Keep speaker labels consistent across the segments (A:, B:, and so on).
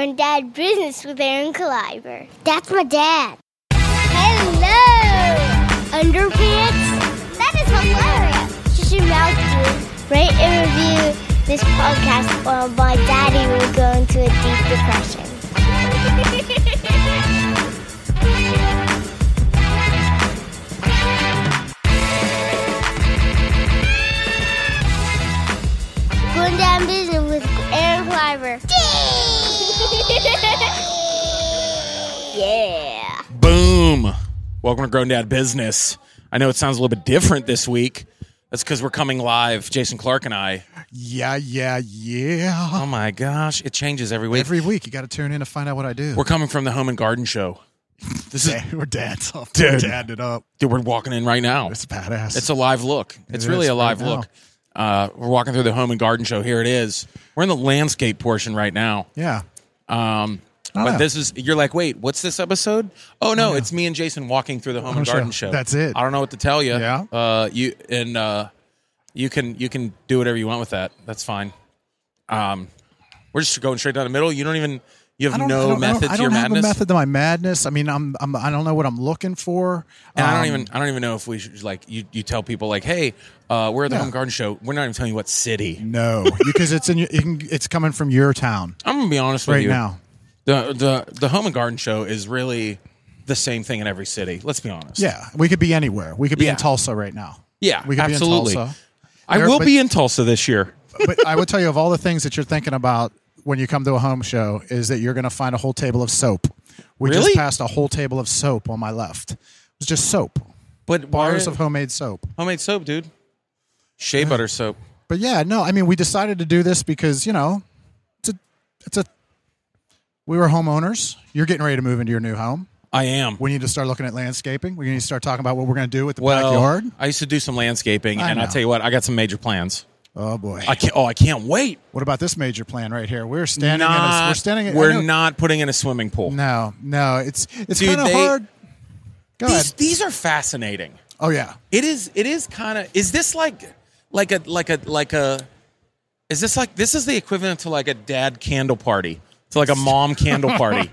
A: Granddad Business with Aaron Caliber. That's my dad. Hello! Underpants? That is hilarious! You should mouth you. Rate and review this podcast or my daddy will go into a deep depression. Going down business with Aaron Clyber. yeah.
B: Boom. Welcome to Grown Dad Business. I know it sounds a little bit different this week. That's because we're coming live, Jason Clark and I.
C: Yeah, yeah, yeah.
B: Oh my gosh, it changes every week.
C: Um, Every week, you got to tune in to find out what I do.
B: we're coming from the Home and Garden Show. This is
C: Dad- we're dads off.
B: Dude.
C: We're dadding it up.
B: dude, we're walking in right now.
C: It's badass.
B: It's a live look. It's
C: It
B: really
C: is
B: a
C: right
B: live look. Uh, we're walking through the Home and Garden Show. Here it is. We're in the landscape portion right now.
C: yeah.
B: Um,
C: Oh,
B: but
C: yeah.
B: this is you're like, wait, what's this episode? Oh no, it's me and Jason walking through the Home
C: Home
B: and
C: show.
B: Garden show.
C: Oh, That's it.
B: I don't know what to tell you.
C: Yeah.
B: Uh, you and uh, you can you can do whatever you want with that. That's fine. Um, we're just going straight down the middle. You don't even you
C: I
B: have
C: don't, I
B: no
C: don't- I don't-
B: method
C: I
B: to your
C: don't have
B: madness.
C: a method to my madness. I mean, I'm, I'm I don't know what I'm looking for.
B: And I
C: Um,
B: don't even I don't even know if we should like you you tell people like, hey, uh, we're at the
C: Yeah.
B: Home and Garden show. We're not even telling you what city.
C: no because it's in your- it can- it's coming from your town
B: I'm gonna be honest with
C: right
B: you.
C: now.
B: the the the Home and Garden show is really the same thing in every city. Let's be honest.
C: Yeah, we could be anywhere. We could be
B: Yeah.
C: in Tulsa right now.
B: Yeah,
C: we could
B: absolutely.
C: be in Tulsa.
B: I
C: There-
B: will
C: but-
B: be in Tulsa this year.
C: but I would tell you of all the things that you're thinking about when you come to a home show is that you're going to find a whole table of soap. We
B: Really?
C: just passed a whole table of soap on my left. It was just soap,
B: But
C: bars
B: why-
C: of homemade soap.
B: homemade soap, dude. Shea butter soap.
C: But yeah, no, I mean we decided to do this because you know it's a it's a we were homeowners. You're getting ready to move into your new home.
B: I am.
C: We need to start looking at landscaping. We need to start talking about what we're going to do with the
B: Well,
C: backyard.
B: I used to do some landscaping,
C: I
B: and I'll
C: know.
B: tell you what, I got some major plans.
C: Oh boy!
B: I can't. Oh, I can't wait.
C: what about this major plan right here? We're standing. in a,
B: Not-
C: we're standing. I know-
B: We're not putting in a swimming pool.
C: No, no, it's it's
B: Dude,
C: kind of
B: they-
C: hard. Go ahead.
B: These these are fascinating.
C: Oh yeah,
B: It is. It is kind of. Is this like like a like a like a? Is this like this is the equivalent to like a dad candle party to like a mom candle party?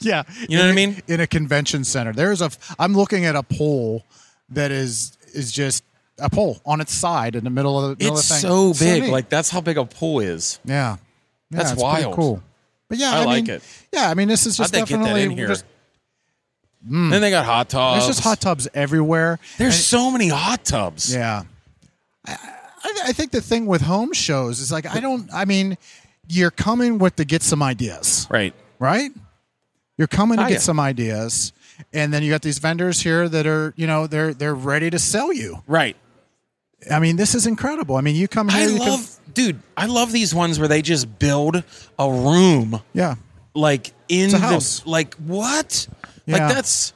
C: yeah.
B: You know what I mean?
C: In a convention center, there's a. I'm looking at a pole that is is just a pole on its side in the middle of the. Middle
B: It's
C: of the thing.
B: so big.
C: neat.
B: like that's how big a pool is.
C: yeah, Yeah,
B: that's
C: it's pretty
B: wild.
C: Cool. But yeah,
B: I
C: I,
B: like
C: mean,
B: it.
C: Yeah, I mean, this is
B: How'd
C: just
B: they get
C: definitely
B: that in here? Hmm.
C: Just,
B: Then they got hot tubs.
C: there's just hot tubs everywhere.
B: There's
C: And-
B: so many hot tubs.
C: Yeah. I, I, I think the thing with home shows is like I don't. I mean, you're coming with to get some ideas,
B: Right.
C: right? You're coming to
B: Oh,
C: get
B: yeah.
C: some ideas, and then you got these vendors here that are, you know, they're they're ready to sell you.
B: Right.
C: I mean, this is incredible. I mean, you come here,
B: I
C: you come-
B: love, dude, I love these ones where they just build a room
C: yeah.
B: like in
C: a
B: the,
C: house.
B: like what?
C: Yeah.
B: Like that's,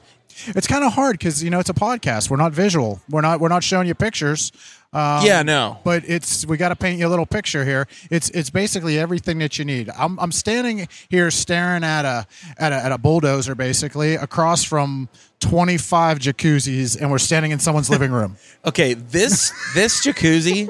C: It's kind of hard because you know it's a podcast. We're not visual. We're not we're not showing you pictures. Um,
B: yeah, no.
C: But it's we got to paint you a little picture here. It's it's basically everything that you need. I'm I'm standing here staring at a at a, at a bulldozer basically across from 25 jacuzzis, and we're standing in someone's living room.
B: Okay. This, this jacuzzi is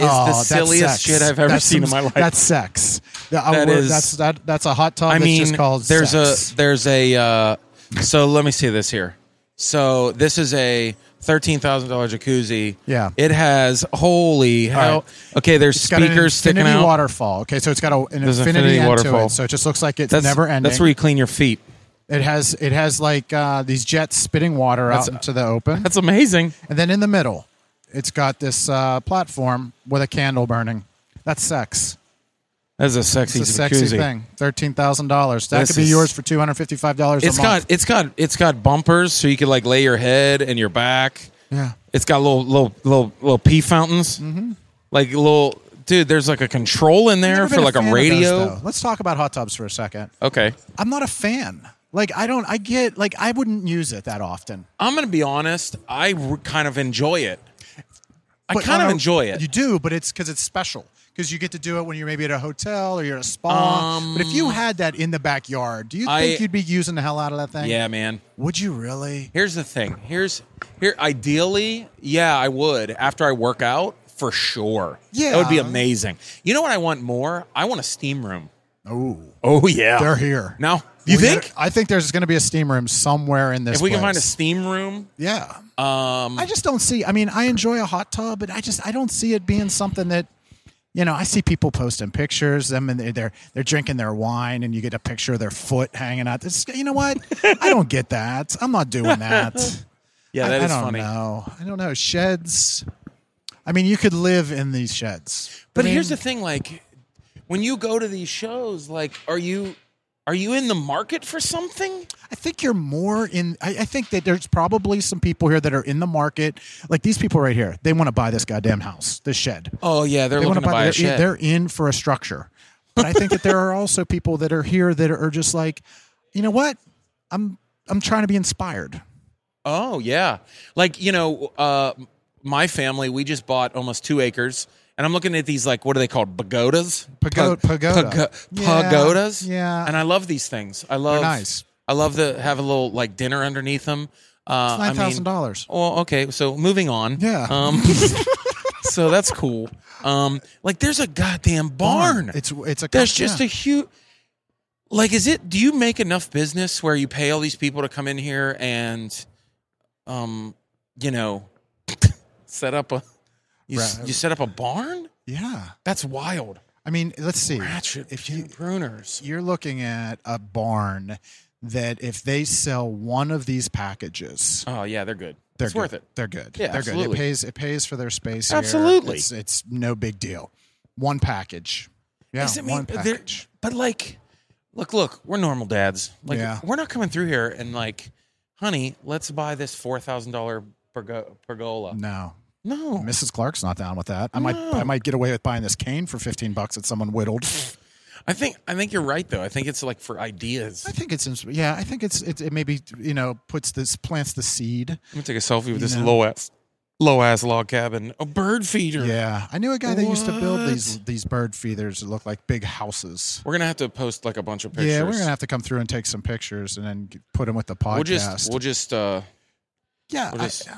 C: Oh,
B: the
C: that's
B: silliest
C: sex.
B: shit I've ever
C: That's
B: seen in
C: some-
B: my life.
C: That's sex. That, I
B: That
C: would-
B: is-
C: that's that, that's a hot tub.
B: I mean,
C: that's just called
B: there's
C: sex.
B: a, there's a, uh, so let me see this here. So this is a $13,000 jacuzzi.
C: Yeah.
B: It has, holy hell.
C: right.
B: Okay. There's
C: It's got an
B: speakers sticking
C: infinity
B: out.
C: waterfall. Okay, so it's got a, an
B: There's an
C: infinity,
B: infinity
C: end to
B: waterfall.
C: it. So it just looks like it's
B: That's,
C: never ending.
B: that's where you clean your feet.
C: it has it has like uh, these jets spitting water out
B: That's-
C: into the open,
B: That's amazing.
C: and then in the middle, it's got this uh, platform with a candle burning. That's sex.
B: That's a sexy
C: It's a sexy
B: jacuzzi.
C: thing. Thirteen thousand dollars. That
B: This
C: could be
B: is-
C: yours for two hundred fifty-five dollars.
B: It's
C: a month.
B: got it's got it's got bumpers so you could like lay your head and your back.
C: yeah.
B: It's got little little little little pee fountains. Mm-hmm. Like little dude, there's like a control in there
C: Never
B: for
C: been
B: like a
C: fan of those, though.
B: radio.
C: Let's talk about hot tubs for a second.
B: okay.
C: I'm not a fan. Like I don't. I get like I wouldn't use it that often.
B: I'm going to be honest, I r- kind of enjoy it. I
C: But
B: kind
C: no,
B: of
C: no,
B: enjoy it.
C: You do, but it's because it's special. Because you get to do it when you're maybe at a hotel or you're at a spa. but if you had that in the backyard, do you
B: Um, I-
C: think you'd be using the hell out of that thing?
B: yeah, man.
C: Would you really?
B: Here's the thing. Here's here ideally, yeah, I would after I work out for sure. That would be
C: Yeah.
B: amazing. You know what I want more? I want a steam room.
C: Oh,
B: Oh yeah,
C: they're here.
B: Now you
C: We
B: think
C: gotta- I think there's going to be a steam room somewhere in this.
B: if we can
C: place.
B: find a steam room,
C: yeah.
B: um,
C: I just don't see. I mean, I enjoy a hot tub, but I just I don't see it being something that, you know, I see people posting pictures them and they're they're, they're drinking their wine and you get a picture of their foot hanging out. It's, you know what? I don't get that. I'm not doing that.
B: yeah,
C: I-
B: that
C: I,
B: is
C: don't
B: funny.
C: know. I don't know sheds. I mean, you could live in these sheds.
B: But
C: I mean,
B: here's the thing: like, when you go to these shows, like, are you are you in the market for something?
C: I think you're more in. I, I think that there's probably some people here that are in the market, like these people right here. They want to buy this goddamn house, this shed.
B: Oh yeah, they're
C: they
B: looking
C: want
B: to buy
C: they're,
B: a shed.
C: they're in for a structure. But I think that there are also people that are here that are just like, you know what? I'm I'm trying to be inspired.
B: Oh yeah, like you know, uh, my family we just bought almost two acres, and I'm looking at these like what are they called pagodas?
C: Pago- pagoda.
B: pago-
C: Yeah,
B: pagodas.
C: yeah.
B: and I love these things. I love
C: nice.
B: I love the have a little like dinner underneath them. Uh,
C: Nine
B: I mean-
C: thousand dollars.
B: Well, okay. So moving on.
C: Yeah.
B: Um, so that's cool. Um, like there's a goddamn barn.
C: It's it's a
B: There's just
C: yeah.
B: a huge. Like, is it? Do you make enough business where you pay all these people to come in here and, um, you know, set up a you, s-
C: Right.
B: you set up a barn?
C: yeah.
B: That's wild.
C: I mean, let's see.
B: Ratchet
C: If you
B: pruners.
C: you're looking at a barn that if they sell one of these packages,
B: Oh yeah, they're good.
C: they're
B: it's
C: good.
B: worth it.
C: They're good.
B: Yeah,
C: they're good.
B: absolutely.
C: It pays it pays for their space. here.
B: Absolutely.
C: It's, it's no big deal. One package. Yeah,
B: Does it mean
C: one
B: they're-
C: package.
B: But like, look, look, we're normal dads. Like,
C: Yeah.
B: we're not coming through here and like, honey, let's buy this four thousand dollar pergola.
C: No.
B: No,
C: Mrs. Clark's not down with that. I might
B: No.
C: I might get away with buying this cane for 15 bucks that someone whittled.
B: I think I think you're right though. I think it's like for ideas.
C: I
B: I'm
C: think it's ins- yeah, I think it's it, it maybe you know puts this plants the seed.
B: gonna take a selfie with
C: You
B: this
C: know.
B: low ass low ass log cabin, a bird feeder.
C: Yeah. I knew a guy that used to build these
B: What?
C: these bird feeders that look like big houses.
B: We're gonna have to post like a bunch of pictures.
C: Yeah, we're going to have to come through and take some pictures and then g- put them with the podcast.
B: We'll just we'll just. uh
C: yeah.
B: we'll
C: I-
B: just-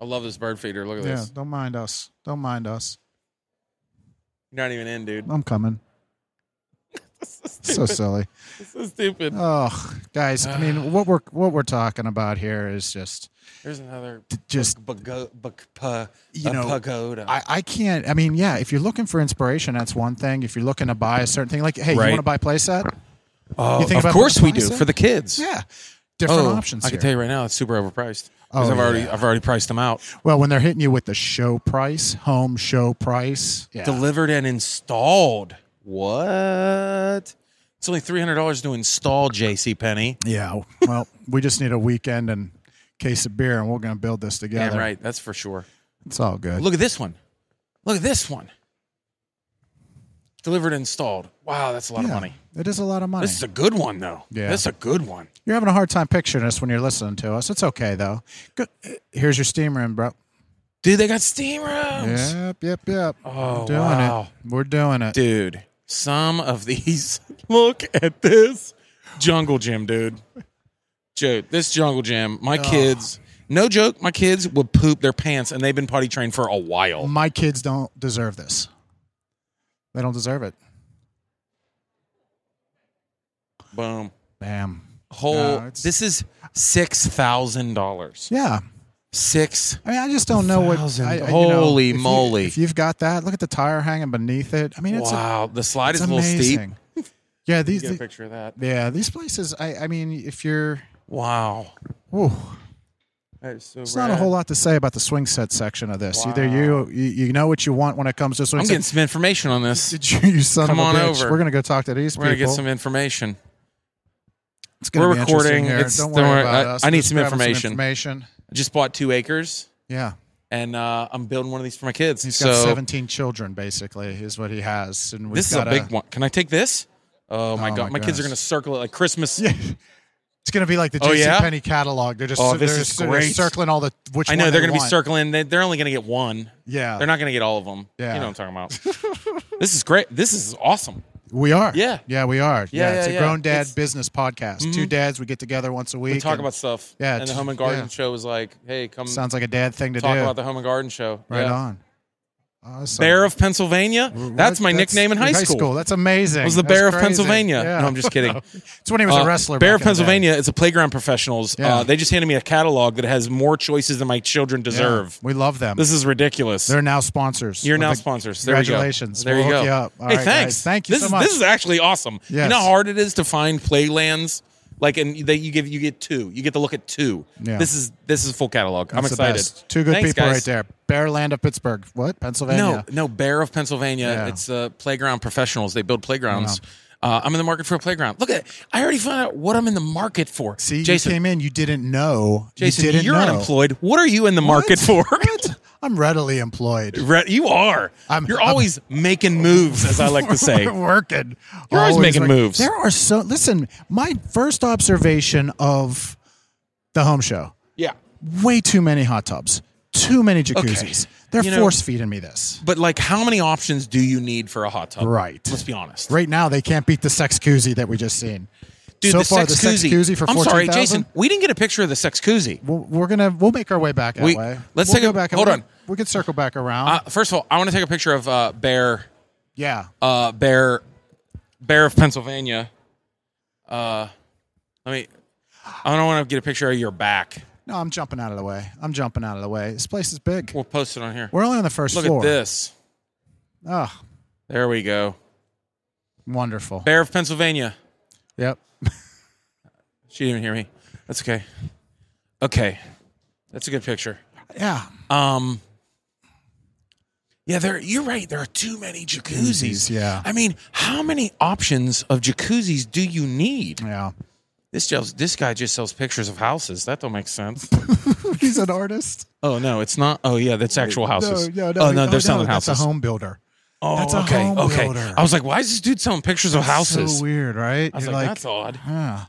B: I love this bird feeder. Look at
C: yeah,
B: this.
C: don't mind us. Don't mind us.
B: You're not even in, dude.
C: I'm coming. so silly.
B: This is stupid.
C: Oh, guys, I mean what we're what we're talking about here is just
B: Here's another
C: just
B: bago- bag- pa-
C: You
B: a
C: know,
B: pagoda.
C: I, I can't. I mean, yeah, if you're looking for inspiration, that's one thing. If you're looking to buy a certain thing, like, hey,
B: Right.
C: you want to buy a playset?
B: Oh,
C: You think
B: of
C: about
B: course
C: the
B: we do
C: price, eh?
B: for the kids.
C: Yeah. Different
B: Oh,
C: options.
B: I can
C: here.
B: tell you right now, it's super overpriced. 'Cause
C: Oh,
B: I've already
C: yeah.
B: I've already priced them out.
C: Well, when they're hitting you with the show price, home show price. Yeah.
B: Delivered and installed. What? It's only three hundred dollars to install JC Penny.
C: yeah. Well, we just need a weekend and case of beer, and we're going to build this together.
B: Damn right, that's for sure.
C: It's all good.
B: Look at this one. Look at this one. Delivered and installed. Wow, that's a lot
C: yeah,
B: of money.
C: It is a lot of money.
B: This is a good one though.
C: Yeah.
B: This is a good one.
C: you're having a hard time picturing us when you're listening to us. It's okay though. Good. Here's your steam room, bro.
B: Dude, they got steam rooms.
C: Yep. Yep. Yep.
B: Oh,
C: doing
B: wow.
C: it. We're doing it.
B: dude. Some of these. Look at this jungle gym, dude. Dude, this jungle gym. My kids, no joke, my kids would poop their pants, and they've been potty trained for a while.
C: my kids don't deserve this. They don't deserve it.
B: Boom.
C: Damn.
B: Whole.
C: No, it's-
B: this is six thousand dollars.
C: Yeah.
B: Six.
C: I mean, I just don't know what.
B: Thousand.
C: I, I- you know,
B: Holy
C: if you-
B: moly.
C: if you've got that, look at the tire hanging beneath it. I mean, it's, a,
B: wow, the slide
C: it's
B: is a little steep.
C: amazing. Yeah. These.
B: Get a
C: the-
B: picture of that.
C: yeah. These places. I. I mean, if you're.
B: Wow.
C: Whew,
B: That is so
C: it's not a
B: rad.
C: whole lot to say about the swing set section of this. Either you, you you know what you want when it comes to swing
B: I'm getting
C: set.
B: some information on this.
C: Did you, you son
B: Come
C: of a
B: on
C: bitch.
B: over.
C: We're gonna go talk to these
B: We're gonna
C: people.
B: get some information.
C: it's gonna
B: we're
C: be interesting
B: recording.
C: Here.
B: It's-
C: don't
B: don't
C: worry
B: worry.
C: about
B: I-
C: us.
B: I need
C: Just
B: some
C: grabbing
B: information.
C: information.
B: I just bought two acres.
C: Yeah.
B: and uh, I'm building one of these for my kids.
C: He's
B: so
C: got 17 children, basically, is what he has. And we've
B: this is a
C: got
B: big one. Can I take this? Oh my
C: Oh,
B: god, my
C: my
B: kids are
C: goodness.
B: gonna circle it like Christmas.
C: It's going to be like the
B: Oh,
C: JCPenney
B: yeah?
C: Penny catalog. They're just
B: Oh, this
C: they're,
B: is
C: they're
B: great.
C: circling all the which
B: I know
C: one
B: they're
C: they
B: gonna be
C: want.
B: circling. They- They're only gonna get one.
C: Yeah,
B: They're not gonna get all of them.
C: Yeah.
B: You know what I'm talking about. this is great. This is awesome.
C: we are.
B: Yeah.
C: yeah, we are.
B: Yeah,
C: Yeah, it's
B: yeah,
C: a
B: yeah.
C: grown dad
B: It's- Mm-hmm.
C: business podcast. Two dads we get together once a week.
B: We talk
C: and
B: about stuff.
C: Yeah,
B: and the
C: t-
B: home and garden
C: yeah.
B: show was like, hey, come
C: sounds like a dad thing to
B: talk
C: do.
B: about the home and garden show.
C: right
B: Yeah.
C: on. Awesome.
B: Bear of Pennsylvania. That's my nickname in high,
C: high
B: school.
C: That's amazing.
B: was the
C: That's
B: Bear of
C: crazy.
B: Pennsylvania.
C: Yeah.
B: No, I'm just kidding.
C: it's when he was
B: Uh,
C: a wrestler.
B: Bear of
C: back in the day.
B: Pennsylvania. It's a playground professionals.
C: Yeah.
B: Uh, they just handed me a catalog that has more choices than my children
C: Yeah.
B: deserve.
C: We love them.
B: This is ridiculous.
C: They're now sponsors.
B: You're
C: Well,
B: now
C: thank-
B: sponsors. There we go.
C: Congratulations.
B: There
C: We'll
B: you
C: hook
B: go.
C: up. All
B: hey,
C: right,
B: thanks.
C: guys. Thank you
B: this
C: so
B: is,
C: much.
B: This is actually awesome. You
C: Yes.
B: know how hard it is to find playlands. Like and they, you give you get two. You get to look at two.
C: Yeah.
B: This is this is full catalog. I'm
C: That's the
B: excited.
C: best. Two good
B: Thanks,
C: people
B: guys.
C: right there. Bear land of Pittsburgh. What? Pennsylvania.
B: No, no, Bear of Pennsylvania.
C: Yeah.
B: It's uh, playground professionals. They build playgrounds. Uh, I'm in the market for a playground. Look at it. I already found out what I'm in the market for.
C: See,
B: Jason,
C: you came in. You didn't know.
B: Jason,
C: you didn't
B: are
C: know.
B: unemployed. What are you in the market for?
C: What? I'm readily employed.
B: Re- you are.
C: I'm-
B: You're
C: I'm-
B: always making moves, as I like to say.
C: We're working.
B: You're always making moves.
C: There are so. Listen, my first observation of the home show:
B: yeah.
C: way too many hot tubs, too many jacuzzis. They're
B: You know-
C: force feeding me this.
B: But like, how many options do you need for a hot tub?
C: Right.
B: Let's be honest.
C: Right now, they can't beat the sex koozie that we just seen.
B: Dude,
C: so
B: the
C: far,
B: sex
C: the sex
B: koozie.
C: koozie for
B: I'm sorry,
C: 14,000?
B: Jason. We didn't get a picture of the sex koozie.
C: We'll, we're gonna we'll make our way back that
B: We-
C: way.
B: let's
C: We'll
B: take a-
C: go back. and
B: hold
C: we-
B: on.
C: We could circle back around.
B: Uh, first of all, I want to take a picture of uh, Bear,
C: yeah.
B: uh, Bear, Bear of Pennsylvania. Uh, let me. I don't want to get a picture of your back.
C: No, I'm jumping out of the way. I'm jumping out of the way. This place is big.
B: We'll post it on here.
C: We're only on the first
B: Look
C: floor.
B: at this.
C: Oh,
B: There we go.
C: wonderful.
B: Bear of Pennsylvania.
C: Yep.
B: She didn't hear me. That's okay. Okay, that's a good picture.
C: Yeah.
B: Um, yeah, there. You're right. There are too many jacuzzis.
C: Jacuzzis, yeah.
B: I mean, how many options of jacuzzis do you need?
C: Yeah.
B: This sells, This guy just sells pictures of houses. That don't make sense.
C: He's an artist.
B: oh no, it's not. Oh yeah, that's actual houses.
C: No, no,
B: oh no,
C: he-
B: they're selling
C: that's
B: houses.
C: a home builder.
B: Oh,
C: that's a
B: okay,
C: home
B: okay.
C: builder.
B: I was like, why is this dude selling pictures of Oh, houses?
C: So weird, right?
B: I was
C: You're
B: like, that's odd.
C: huh.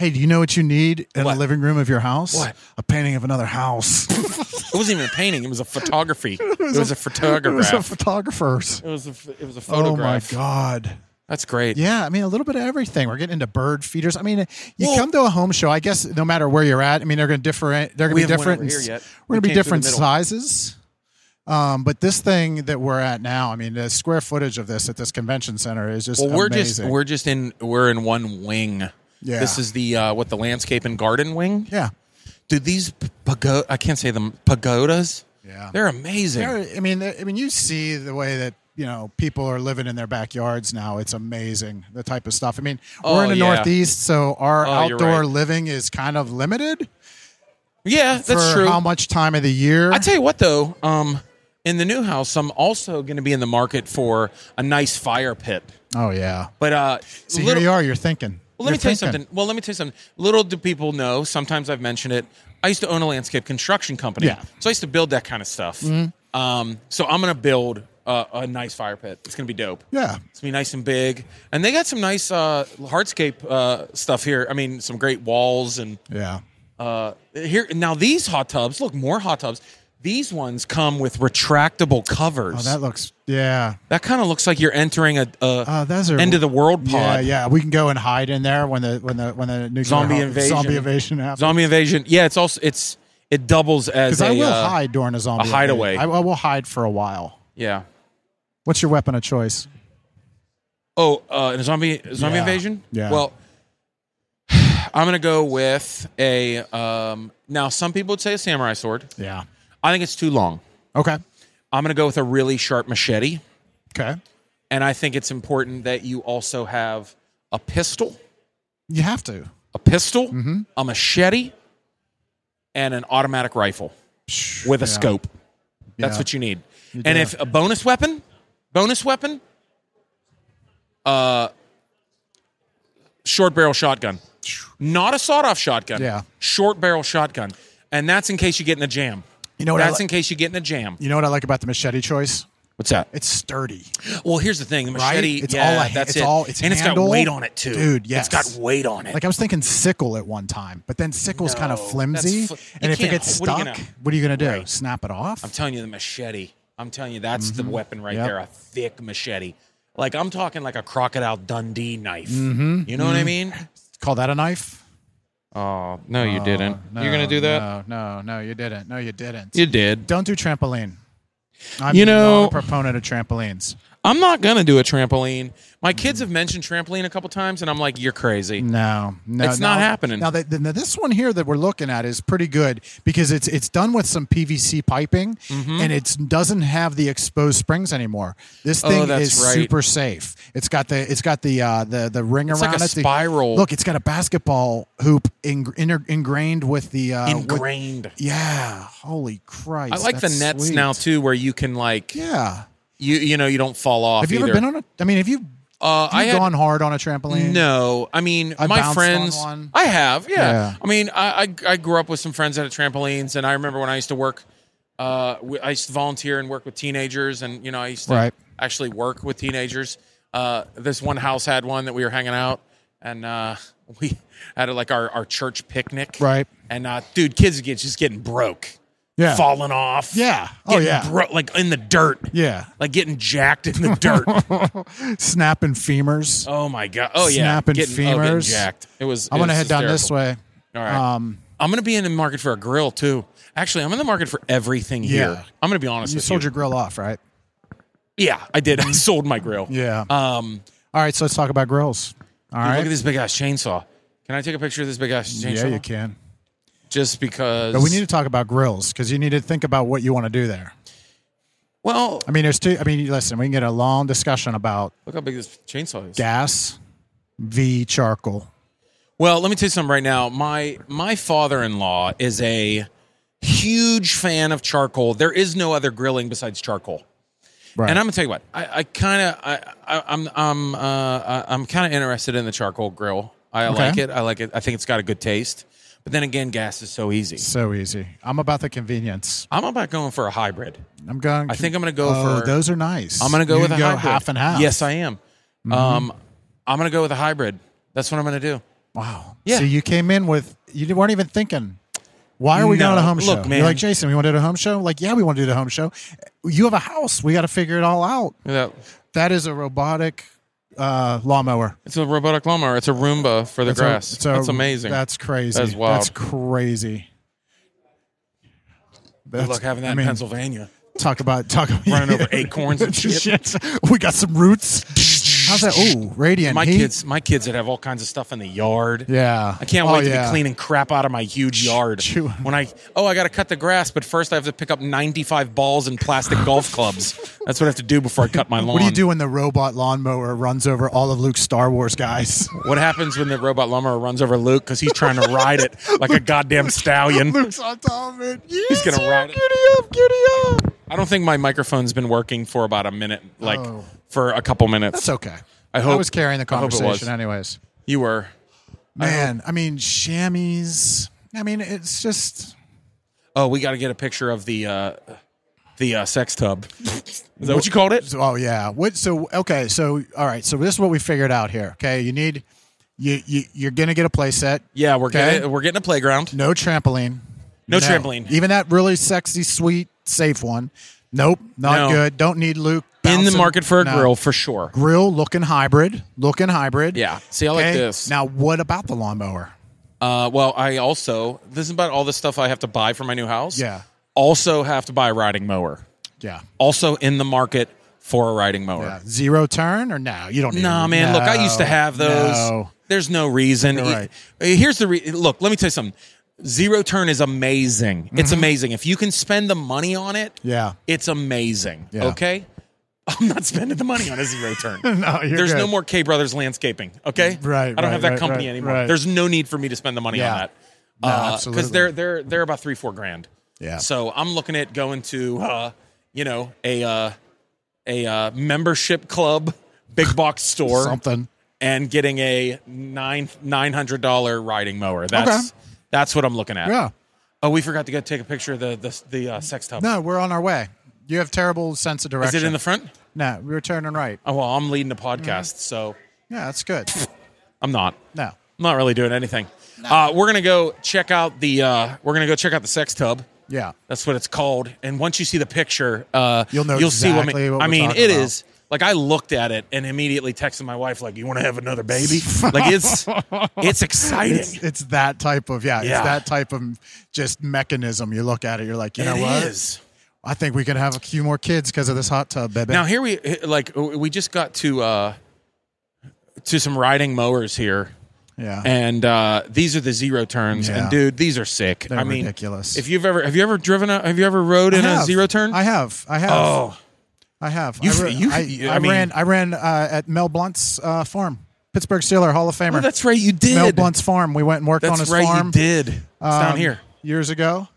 C: Hey, do you know what you need in
B: What?
C: the living room of your house?
B: What?
C: A painting of another house.
B: It wasn't even a painting. It was a photography. it was, a,
C: It was a
B: photograph.
C: photographer's.
B: It was a. It was a
C: Oh my
B: photograph.
C: god.
B: That's great.
C: Yeah, I mean a little bit of everything. We're getting into bird feeders. I mean, you
B: Well-
C: come to a home show. I guess no matter where you're at, I mean they're going to different. They're
B: We
C: going to be
B: haven't went
C: different.
B: over
C: in-
B: here yet. We
C: We're going to be
B: came through the
C: different
B: middle.
C: sizes. Um, but this thing that we're at now, I mean, the square footage of this at this convention center is just
B: Well, we're
C: amazing.
B: just we're just in we're in one wing.
C: Yeah.
B: This is the uh, what the landscape and garden wing.
C: yeah,
B: Dude, these pago- I can't say them pagodas.
C: yeah.
B: They're amazing.
C: They're- I mean, they're- I mean, you see the way that you know people are living in their backyards now. It's amazing the type of stuff. I mean,
B: Oh,
C: we're in the
B: yeah.
C: Northeast, so our
B: Oh, you're
C: outdoor
B: right.
C: living is kind of limited.
B: yeah, that's
C: for
B: true.
C: How much time of the year?
B: I tell you what though, um, in the new house, I'm also going to be in the market for a nice fire pit.
C: oh yeah.
B: But uh,
C: See,
B: little-
C: here you are. You're thinking.
B: Well, let me tell
C: thinking.
B: you something. Well, let me tell you something. Little do people know. Sometimes I've mentioned it. I used to own a landscape construction company,
C: Yeah. Mm-hmm.
B: so I used to build that kind of stuff. Um, so I'm going to build uh, a nice fire pit. It's going to be dope.
C: Yeah.
B: It's gonna be nice and big, and they got some nice uh, hardscape uh, stuff here. I mean, some great walls and
C: Yeah.
B: uh, here. Now these hot tubs look more hot tubs. These ones come with retractable covers.
C: Oh,
B: that
C: that looks. Yeah.
B: kind of looks like you're entering a, a
C: Uh, those are
B: end of the world pod.
C: Yeah, yeah. We can go and hide in there when the when the when the nuclear
B: Zombie
C: ho-
B: invasion.
C: zombie invasion happens.
B: Zombie invasion. Yeah, it's also it's it doubles as
C: Because
B: a
C: I will
B: uh,
C: hide during a zombie.
B: a hideaway.
C: invasion. I, I will hide for a while.
B: Yeah.
C: What's your weapon of choice?
B: Oh, uh, in a zombie zombie
C: Yeah.
B: invasion.
C: Yeah.
B: Well, I'm gonna go with a. Um, now, some people would say a samurai sword.
C: Yeah.
B: I think it's too long.
C: Okay.
B: I'm going to go with a really sharp machete.
C: Okay.
B: And I think it's important that you also have a pistol,
C: You have to.
B: a pistol,
C: Mm-hmm.
B: a machete, and an automatic rifle with a
C: Yeah.
B: scope. That's
C: Yeah.
B: what you need.
C: You
B: and
C: do.
B: if a bonus weapon, bonus weapon, uh, short barrel shotgun. Not a sawed off shotgun.
C: Yeah.
B: Short barrel shotgun. And that's in case you get in a jam.
C: You know what I
B: That's
C: li-
B: in case you get in a jam.
C: You know what I like about the machete choice?
B: What's that?
C: It's sturdy.
B: Well, here's the thing: the
C: Right?
B: machete.
C: It's
B: yeah,
C: all a-
B: that's
C: it's
B: it.
C: all- it's
B: and it's
C: handle.
B: got weight on it too,
C: Dude,
B: yeah.
C: yes.
B: it's got weight on it.
C: Like I was thinking sickle at one time, but then sickle's kind
B: No,
C: of flimsy.
B: that's fl-
C: and
B: you
C: if
B: can't-
C: it gets
B: what are you
C: stuck,
B: gonna-
C: what are you going to do?
B: Right.
C: Snap it off?
B: I'm telling you, the machete. I'm telling you, that's the weapon right
C: Mm-hmm. Yep.
B: there—a thick machete. Like I'm talking like a crocodile Dundee knife.
C: Mm-hmm.
B: You know what I mean?
C: Call that a knife?
B: Oh no, you
C: No, no, No, no, you didn't. No, you didn't.
B: did.
C: Don't do trampoline. I'm
B: You know-
C: not a proponent of trampolines.
B: I'm not gonna do a trampoline. My kids have mentioned trampoline a couple times, and I'm like, you're crazy.
C: Mm-hmm. No, no,
B: It's not
C: no.
B: happening.
C: Now, the, the, now, this one here that we're looking at is pretty good because it's it's done with some PVC piping,
B: Mm-hmm.
C: and it doesn't have the exposed springs anymore. This
B: Oh,
C: thing
B: that's
C: is
B: right.
C: super safe. It's got the it's got the uh, the the ring
B: It's like
C: around
B: a
C: it. The-
B: spiral.
C: look, it's got a basketball hoop in, inner ingrained with the uh, with-
B: Ingrained.
C: yeah, holy Christ!
B: I like the
C: that's
B: nets
C: sweet.
B: now too, where you can like
C: Yeah.
B: you you know you don't fall off.
C: Have you
B: either.
C: ever been on a? I mean, have you?
B: Uh,
C: Have you
B: I had-
C: gone hard on a trampoline?
B: No, I mean
C: Mm. I bounced
B: my
C: on
B: friends.
C: one.
B: I have, yeah.
C: Yeah.
B: I mean, I, I I grew up with some friends that had trampolines, and I remember when I used to work. Uh, we- I used to volunteer and work with teenagers, and you know, I used to
C: Right.
B: actually work with teenagers. Uh, this one house had one that we were hanging out, and uh, we had like our our church picnic,
C: Right.
B: And uh, dude, kids get just getting broke,
C: Yeah.
B: falling off,
C: Yeah. Oh,
B: getting
C: yeah.
B: bro- like in the dirt,
C: Yeah.
B: like getting jacked in the dirt.
C: Snapping femurs.
B: Oh my god! Oh yeah,
C: Snapping
B: oh,
C: femurs.
B: jacked. It was.
C: I'm
B: it
C: gonna
B: was
C: head down this
B: hysterical.
C: way.
B: All right.
C: Um,
B: I'm gonna be in the market for a grill too. Actually, I'm in the market for everything
C: Yeah.
B: here. I'm gonna be honest
C: you
B: with
C: sold
B: you.
C: your grill off, right?
B: yeah, I did. I sold my grill.
C: Yeah.
B: Um.
C: All right, so let's talk about grills.
B: dude,
C: All right.
B: Look at this big ass chainsaw. Can I take a picture of this big ass chainsaw?
C: Yeah, you can.
B: Just because.
C: But we need to talk about grills because you need to think about what you want to do there.
B: Well,
C: I mean, there's two. I mean, listen, we can get a long discussion about
B: look how big this chainsaw is.
C: gas v charcoal.
B: Well, let me tell you something right now. My my father-in-law is a huge fan of charcoal. There is no other grilling besides charcoal.
C: Right.
B: And I'm gonna tell you what. I, I kind of I, I I'm I'm uh, I- I'm kind of interested in the charcoal grill. I
C: Okay.
B: like it. I like it. I think it's got a good taste. But then again, gas is so easy.
C: so easy. I'm about the convenience.
B: I'm about going for a hybrid.
C: I'm going.
B: I think I'm gonna go
C: oh,
B: for-
C: those are nice.
B: I'm gonna go
C: You
B: with
C: can
B: a
C: go
B: hybrid.
C: half and half. Mm-hmm.
B: Yes, I am. Um, I'm gonna go with a hybrid. That's what I'm gonna do.
C: Wow.
B: Yeah.
C: So you came in with you weren't even thinking. Why are we going
B: No.
C: to a home
B: Look,
C: show?
B: man.
C: You're like Jason, we want to do a home show. Like, yeah, we want to do the home show. You have a house. We got to figure it all out.
B: Look at that.
C: That is a robotic uh, lawnmower.
B: It's a robotic lawnmower. It's a Roomba for the
C: It's a-
B: grass.
C: it's a-
B: that's amazing.
C: That's crazy.
B: That's wild.
C: That's crazy. That's,
B: Good luck having that
C: I mean,
B: in Pennsylvania.
C: Talk about talk about
B: Running over acorns and shit.
C: We got some roots. How's that? Ooh, radiant
B: My
C: heat.
B: kids, my kids that have all kinds of stuff in the yard.
C: Yeah.
B: I can't
C: Oh,
B: wait to
C: yeah.
B: be cleaning crap out of my huge yard.
C: chew.
B: When I oh, I got to cut the grass, but first I have to pick up ninety-five balls and plastic golf clubs. That's what I have to do before I cut my lawn.
C: What do you do when the robot lawnmower runs over all of Luke's Star Wars guys?
B: What happens when the robot lawnmower runs over Luke because he's trying to ride it like a goddamn stallion?
C: Luke's on top of it.
B: He's gonna
C: yeah,
B: ride it.
C: Giddy up, giddy up.
B: I don't think my microphone's been working for about a minute, like
C: Oh.
B: for a couple minutes.
C: That's okay.
B: I hope-
C: was carrying the
B: I hope it was.
C: conversation, anyways.
B: You were.
C: Man, I mean, chamois. I mean, it's just
B: Oh, we got to get a picture of the uh, the uh, sex tub. Is that what you called it?
C: So- Oh yeah. What? So okay. So all right. So this is what we figured out here. Okay. You need. You you you're gonna get a play set.
B: Yeah, we're
C: Okay.
B: getting we're getting a playground.
C: No trampoline.
B: No trampoline.
C: Even that really sexy, sweet, safe one. Nope. Not
B: No.
C: good. Don't need Luke.
B: In the
C: bouncing.
B: market for a
C: No.
B: grill for sure.
C: Grill looking hybrid. Looking hybrid.
B: Yeah. See, I like
C: Okay?
B: this.
C: Now, what about the lawnmower?
B: Uh, well, I also this is about all the stuff I have to buy for my new house.
C: Yeah.
B: Also have to buy a riding mower.
C: Yeah.
B: Also in the market for a riding mower.
C: Yeah. Zero turn or no? You don't need.
B: Nah, man. Look, I used to
C: No,
B: have those.
C: no.
B: There's no reason.
C: You're right.
B: Eh, Here's the re- look. Let me tell you something. Zero turn is amazing. It's amazing if you can spend the money on it.
C: Mm-hmm. Yeah.
B: It's amazing.
C: Yeah.
B: Okay. I'm not spending the money on a zero turn.
C: No, you're
B: There's
C: good.
B: no more K Brothers landscaping. Okay.
C: Right,
B: I don't
C: right,
B: have that
C: right,
B: company
C: right,
B: anymore.
C: right.
B: There's no need for me to spend the money
C: Yeah.
B: on that.
C: No,
B: Because
C: absolutely.
B: they're they're they're about three four grand.
C: Yeah.
B: So I'm looking at going to uh, you know a uh, a uh, membership club big box store
C: something.
B: and getting a nine nine hundred dollar riding mower. That's that's what I'm looking at.
C: Yeah.
B: Oh, we forgot to go take a picture of the the, the uh, sex tub.
C: No, we're on our way. You have terrible sense of
B: Is
C: direction.
B: it in the front?
C: No, we were turning right.
B: Oh well, I'm leading the podcast,
C: Mm.
B: so
C: Yeah, that's good.
B: I'm not.
C: No.
B: I'm not really doing anything. Uh, we're gonna go check out the uh, we're gonna go check out the sex tub.
C: Yeah.
B: That's what it's called. And once you see the picture, uh,
C: You'll know
B: see.
C: exactly
B: What
C: what
B: I
C: we're
B: mean, I mean,
C: talking
B: it is
C: about.
B: like I looked at it and immediately texted my wife like, "You want to have another baby?" like it's it's exciting.
C: It's, it's that type of yeah,
B: Yeah.
C: it's that type of just mechanism. You look at it, you're like, you know
B: It
C: what?
B: is.
C: I think we could have a few more kids because of this hot tub, baby.
B: Now here we like we just got to uh to some riding mowers here.
C: yeah.
B: And uh, these are the zero turns,
C: Yeah.
B: and dude, these are sick.
C: They're
B: I mean,
C: ridiculous.
B: If you've ever have you ever driven a have you ever rode in
C: I
B: a
C: have.
B: uh, zero turn?
C: I have. I have.
B: oh,
C: I have.
B: You-
C: I, re-
B: you-
C: I,
B: I
C: I
B: mean-
C: ran. I ran uh, at Mel Blunt's uh, farm, Pittsburgh Steeler Hall of Famer.
B: oh, that's right, you did.
C: Mel Blunt's farm. We went and worked
B: that's
C: on his
B: right,
C: farm
B: you did. It's down
C: um,
B: here.
C: years ago,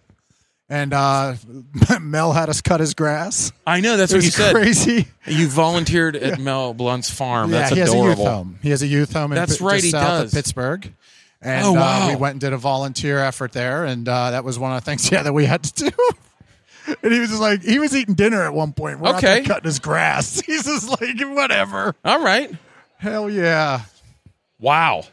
C: and uh, Mel had us cut his grass.
B: I know. That's
C: It
B: what
C: was
B: you said.
C: crazy.
B: You volunteered at Mel Blunt's farm.
C: yeah,
B: that's
C: he
B: adorable.
C: has a youth home. He has a youth home. In
B: That's
C: Pi-
B: right,
C: just
B: he
C: south
B: does.
C: of Pittsburgh. And
B: Oh,
C: uh,
B: wow.
C: we went and did a volunteer effort there, and uh, that was one of the things, yeah, that we had to do. And he was just like, he was eating dinner at one point. We're out there
B: Okay.
C: cutting his grass. He's just like, whatever.
B: All right.
C: Hell yeah,
B: Wow.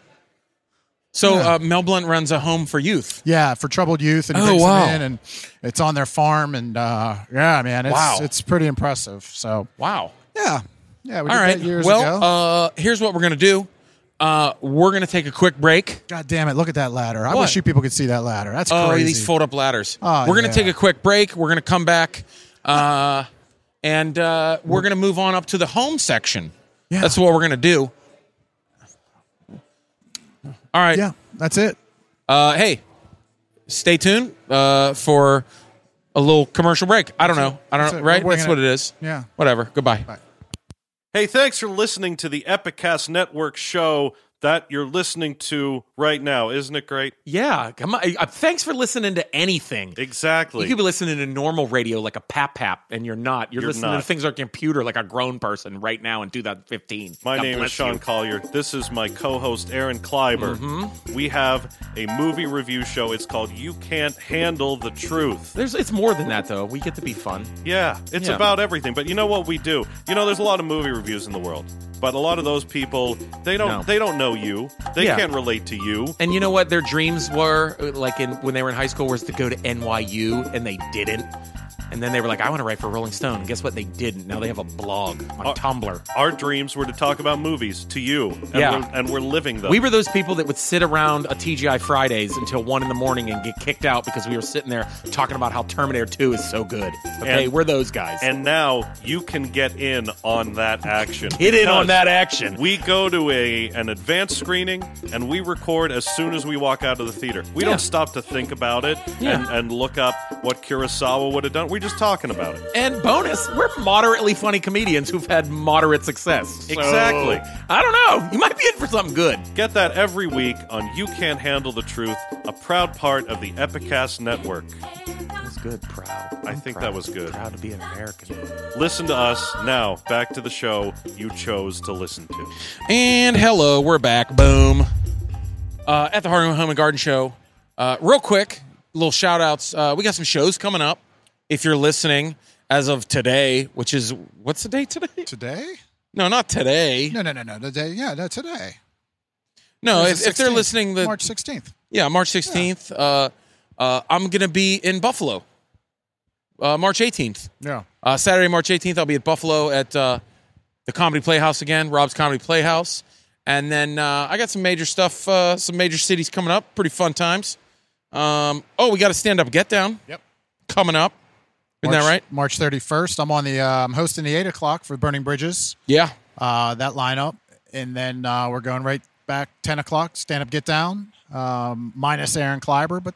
B: So
C: Yeah.
B: uh, Mel Blunt runs a home for youth.
C: yeah, for troubled youth, and he
B: Oh,
C: brings
B: wow.
C: them in, and it's on their farm, and uh, yeah, man, it's
B: Wow.
C: it's pretty impressive. So
B: Wow.
C: yeah, yeah, we
B: All
C: did
B: right.
C: that years
B: well,
C: ago.
B: Uh, here's what we're gonna do. Uh, we're gonna take a quick break.
C: God damn it! Look at that ladder. I
B: What?
C: wish you people could see that ladder. That's
B: Oh,
C: crazy.
B: these fold up ladders.
C: Oh,
B: we're gonna
C: yeah.
B: take a quick break. We're gonna come back, uh, and uh, we're gonna move on up to the home section.
C: Yeah.
B: That's what we're gonna do. All right.
C: yeah, that's it.
B: Uh, hey, stay tuned uh, for a little commercial break. I don't know. I don't
C: That's
B: know.
C: it.
B: Right?
C: We're
B: That's
C: gonna-
B: what it is.
C: Yeah.
B: Whatever. Goodbye.
D: Hey, thanks for listening to the Epicast Network show that you're listening to right now. Isn't it great?
B: Yeah. Come on. Uh, Thanks for listening to anything.
D: Exactly.
B: You could be listening to normal radio like a pap pap, and you're not. You're,
D: You're
B: listening to
D: not.
B: things on a computer like a grown person right now in 2015.
D: My
B: God
D: name is
B: bless
D: Sean
B: you.
D: Collier. This is my co host, Aaron Kleiber.
B: Mm-hmm.
D: We have a movie review show. It's called You Can't Handle the Truth.
B: There's, it's more than that though. We get to be fun.
D: Yeah, it's
B: Yeah.
D: about everything. But you know what we do? You know, there's a lot of movie reviews in the world. But a lot of those people, they don't
B: No.
D: they don't know you. They
B: Yeah.
D: can't relate to you.
B: And you know what their dreams were, uh, like in when they were in high school, was to go to NYU, and they didn't. And then they were like, "I want to write for Rolling Stone." And guess what? They didn't. Now they have a blog on
D: Uh,
B: Tumblr.
D: Our dreams were to talk about movies to you. And,
B: Yeah.
D: we're, and we're living them.
B: We were those people that would sit around a TGI Fridays until one in the morning and get kicked out because we were sitting there talking about how Terminator 2 is so good. Okay,
D: And-
B: we're those guys.
D: And now you can get in on that action.
B: Get in on
D: Because
B: that action.
D: We go to a an advanced screening and we record as soon as we walk out of the theater. We
B: Yeah.
D: don't stop to think about it and,
B: Yeah.
D: and look up what Kurosawa would have done. We're just talking about it.
B: And bonus, we're moderately funny comedians who've had moderate success. So,
D: Exactly.
B: I don't know. You might be in for something good.
D: Get that every week on You Can't Handle the Truth, a proud part of the Epicast Network.
B: That was good. Proud.
D: I think that was good.
B: Proud to be an American.
D: Listen to us now. Back to the show you chose to listen to.
B: And hello, we're back. Boom. Uh, at the Harding Home and Garden Show. Uh, real quick, little shout outs. Uh, we got some shows coming up. If you're listening as of today, which is, what's the date today?
C: Today?
B: No, not today.
C: No, no, no, no. Today? Yeah, no, today.
B: No, Oh,
C: It
B: if,
C: was
B: if they're
C: 16th,
B: listening, the,
C: March sixteenth.
B: yeah, March 16th, uh, uh, I'm going to be in Buffalo. Uh, March 18th.
C: Yeah.
B: Uh, Saturday, March 18th, I'll be at Buffalo at uh, the Comedy Playhouse again, Rob's Comedy Playhouse. And then uh, I got some major stuff, uh, some major cities coming up. Pretty fun times. Um, oh, we got a stand up get down
C: Yep.
B: coming up. Isn't
C: March,
B: that right?
C: March thirty first. I'm on the. Uh, I'm hosting the eight o'clock for Burning Bridges.
B: Yeah.
C: Uh, that lineup, and then uh, we're going right back ten o'clock. Stand up, get down. Um, minus Aaron Kleiber, but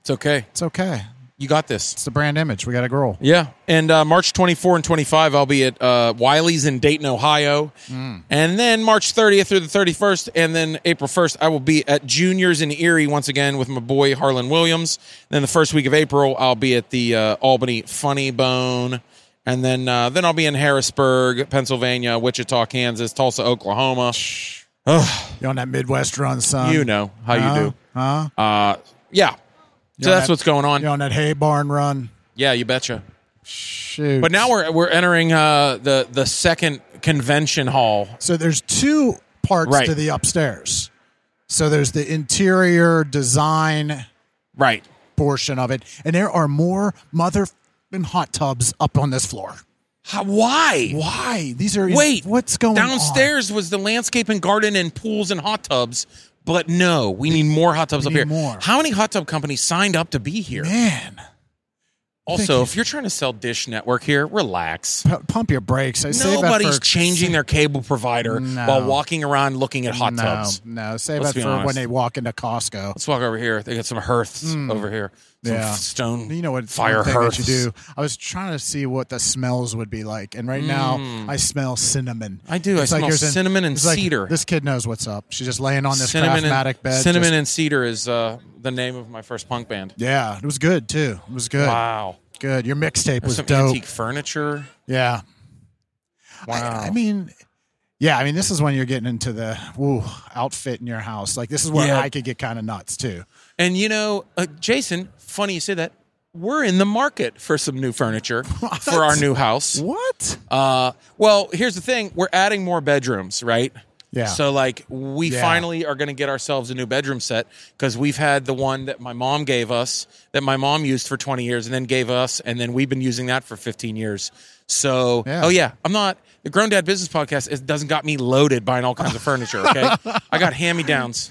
B: It's okay.
C: it's okay.
B: You got this.
C: It's the brand image. We got to grow.
B: Yeah. And uh, March 24 and 25, I'll be at uh, Wiley's in Dayton, Ohio. And then March 30th through the 31st, and then April 1st, I will be at Juniors in Erie once again with my boy Harlan Williams. Then the first week of April, I'll be at the uh, Albany Funny Bone. And then uh, then I'll be in Harrisburg, Pennsylvania, Wichita, Kansas, Tulsa, Oklahoma.
C: You on that Midwest run, son?
B: You know how you
C: Huh?
B: do.
C: Huh?
B: Uh, Uh-huh. yeah. So
C: on
B: that's
C: that-
B: what's going on.
C: You on that hay barn run?
B: Yeah, you betcha.
C: Shoot.
B: But now we're we're entering uh, the the second convention hall
C: So there's two parts
B: Right.
C: to the upstairs. So there's the interior design
B: Right.
C: portion of it, and there are more motherfucking hot tubs up on this floor.
B: How, why?
C: Why? These are
B: Wait.
C: What's going on?
B: Downstairs was the landscape and garden and pools and hot tubs, but no, we need more hot tubs
C: We
B: up
C: need
B: here.
C: more.
B: How many hot tub companies signed up to be here?
C: man?
E: Also, if you're trying to sell Dish Network here, relax.
C: P- pump your brakes. I save that
E: Nobody's
C: for-
E: changing their cable provider
C: No.
E: while walking around looking at hot
C: no,
E: tubs.
C: No, save
E: Let's
C: that
E: be
C: for
E: honest.
C: when they walk into Costco.
E: Let's walk over here. They got some hearths over here. Some
C: Hmm. Yeah.
E: f- stone.
C: You know what?
E: Fire
C: one thing
E: hearths.
C: that you do. I was trying to see what the smells would be like, and right now I smell cinnamon.
E: Mm. I do. I smell
C: here's
E: cinnamon and
C: it's like,
E: cedar.
C: This kid knows what's up. She's just laying on this
E: cinnamon
C: Craftmatic
E: and,
C: bed.
E: cinnamon
C: just-
E: and cedar is uh, the name of my first punk band.
C: yeah, it was good too. It was good.
E: Wow.
C: Good. Your mixtape was
E: some
C: dope.
E: antique furniture.
C: Yeah.
E: Wow.
C: I, I mean, yeah. I mean, this is when you're getting into the woo outfit in your house. Like this is where
E: Yeah.
C: I could get kind of nuts too.
E: and you know, uh, Jason, funny you say that. We're in the market for some new furniture for our new house.
C: What?
E: Uh, well, here's the thing: we're adding more bedrooms, right?
C: Yeah.
E: So like, we
C: Yeah.
E: finally are going to get ourselves a new bedroom set because we've had the one that my mom gave us, that my mom used for 20 years, and then gave us, and then we've been using that for 15 years. So,
C: Yeah.
E: oh yeah, I'm not the Grown Dad Business Podcast. It doesn't got me loaded buying all kinds of furniture. Okay, I got hand me downs.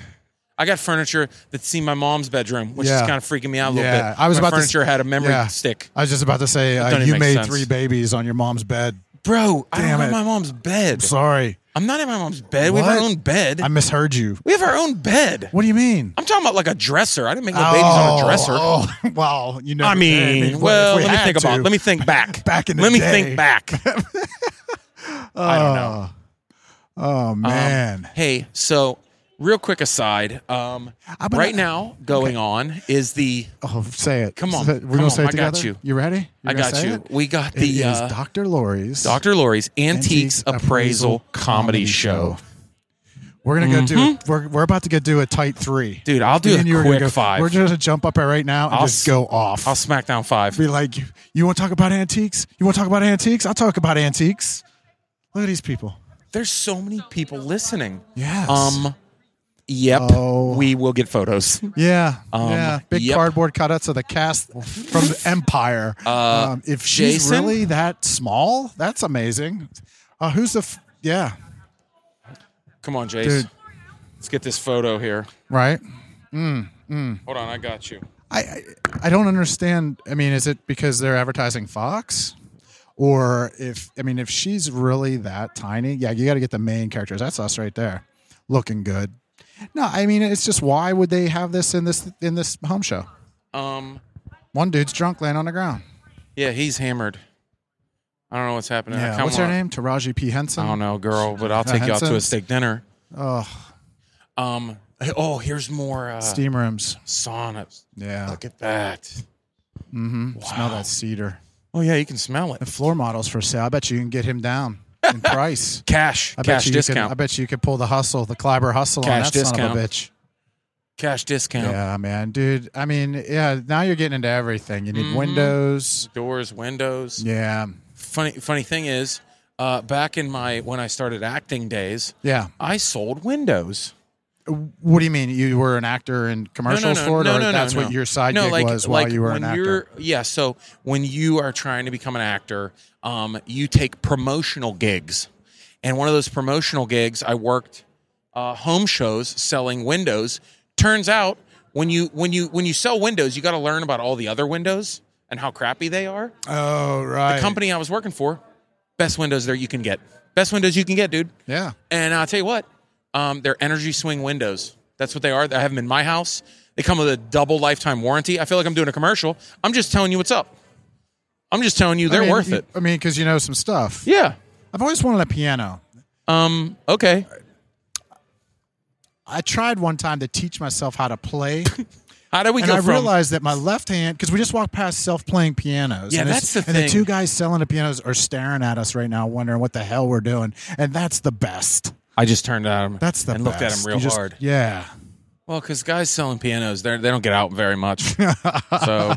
E: I got furniture that's seen my mom's bedroom, which is
C: Yeah.
E: kind of freaking me out a little
C: yeah,
E: bit.
C: I was
E: my
C: about
E: furniture
C: to, s-
E: had a memory
C: yeah.
E: stick.
C: I was just about to say uh,
E: doesn't
C: you
E: make
C: made
E: sense.
C: three babies on your mom's bed.
E: Bro, I
C: Damn
E: don't have
C: it.
E: my mom's bed.
C: Sorry,
E: I'm not in my mom's bed. We have our
C: What?
E: own bed.
C: I misheard you.
E: we have our own bed.
C: What do you mean?
E: I'm talking about like a dresser. I didn't make no babies on a dresser.
C: Oh, well, you know.
E: I mean,
C: what if
E: well,
C: we
E: let me
C: had
E: think
C: to?
E: about. Let me think back.
C: Back in the
E: let me
C: day.
E: think back. I don't know.
C: Oh man,
E: Hey, so real quick aside. Um,
C: How about
E: right
C: I-
E: now, going on is the.
C: oh, say it.
E: Come on,
C: Is that-
E: come
C: We're gonna
E: on,
C: say it
E: I got
C: together.
E: you.
C: ready? You
E: I
C: gonna
E: got
C: say
E: you.
C: it?
E: We got
C: It
E: the
C: is
E: uh,
C: Dr. Laurie's
E: Dr. Laurie's Antiques Appraisal Comedy Show. Mm-hmm.
C: We're gonna go do. We're, we're about to go do a tight three,
E: Dude, I'll do
C: Me
E: a
C: and you are gonna
E: quick
C: go-
E: five.
C: We're just gonna jump up it right now and
E: I'll
C: just
E: s-
C: go off.
E: I'll smack down five.
C: be like, you, you want to talk about antiques? You want to talk about antiques? I'll talk about antiques. Look at these people.
E: There's so many people listening.
C: Yes.
E: Um. Yep.
C: Oh.
E: We will get photos.
C: Yeah, yeah. Big
E: Um, yep.
C: cardboard cutouts of the cast from the Empire. um, if she's
E: Uh, Jason?
C: really that small, that's amazing. Uh, who's the? F- yeah,
E: Come on, Jace.
C: Dude.
E: Let's get this photo here.
C: right.
E: Hold on, I got you.
C: I, I I don't understand. I mean, is it because they're advertising Fox, or if I mean, if she's really that tiny, yeah, you got to get the main characters. That's us right there, looking good. No, I mean, it's just why would they have this in this in this home show?
E: Um.
C: One dude's drunk, laying on the ground.
E: Yeah, he's hammered. I don't know what's happening.
C: Yeah,
E: Uh, Come
C: what's her
E: on.
C: name? Taraji P Henson.
E: I don't know, girl, but I'll take you out to a
C: Henson's?
E: steak dinner. Oh. Um. hey, Oh, here's more uh,
C: Steam rooms.
E: saunas.
C: Yeah, mm-hmm.
E: Look at that.
C: smell that cedar.
E: Oh yeah, you can smell it.
C: The floor models for sale. I bet you can get him down in price.
E: Cash,
C: I bet
E: cash
C: you
E: discount,
C: Can, I bet you could pull the hustle, the Clyber hustle
E: Cash
C: on that
E: discount.
C: son of a bitch.
E: cash discount.
C: Yeah, man, dude. I mean, yeah. Now you're getting into everything. You need
E: Mm-hmm.
C: windows.
E: Doors, windows.
C: Yeah,
E: Funny, funny thing is, uh, back in my when I started acting days,
C: yeah.
E: I sold windows.
C: What do you mean? You were an actor in commercials for it, or that's what your side
E: No,
C: gig
E: like-
C: was while
E: like
C: you were
E: when
C: an actor?
E: you're- yeah, so when you are trying to become an actor, um, you take promotional gigs, and one of those promotional gigs, I worked uh, home shows selling windows. Turns out when you when you when you sell windows, you got to learn about all the other windows and how crappy they are.
C: oh, right.
E: Company I was working for, best windows there you can get, best windows you can get, dude.
C: Yeah.
E: And I'll tell you what, um, they're energy swing windows. That's what they are. I have them in my house. They come with a double lifetime warranty. I feel like I'm doing a commercial. I'm just telling you what's up. I'm just telling you they're
C: I mean,
E: worth
C: you-
E: it.
C: I mean, because you know some stuff.
E: Yeah.
C: I've always wanted a piano.
E: Um, okay.
C: I tried one time to teach myself how to play.
E: How do we
C: and
E: go
C: I
E: from
C: realized that my left hand, because we just walked past self-playing pianos.
E: Yeah,
C: and it's-
E: that's the
C: And
E: thing.
C: the two guys selling the pianos are staring at us right now, wondering what the hell we're doing. And that's the best.
E: I just turned at him
C: That's the
E: and
C: best.
E: looked at him real
C: You just-
E: hard.
C: Yeah.
E: Well, because guys selling pianos, they they don't get out very much. so,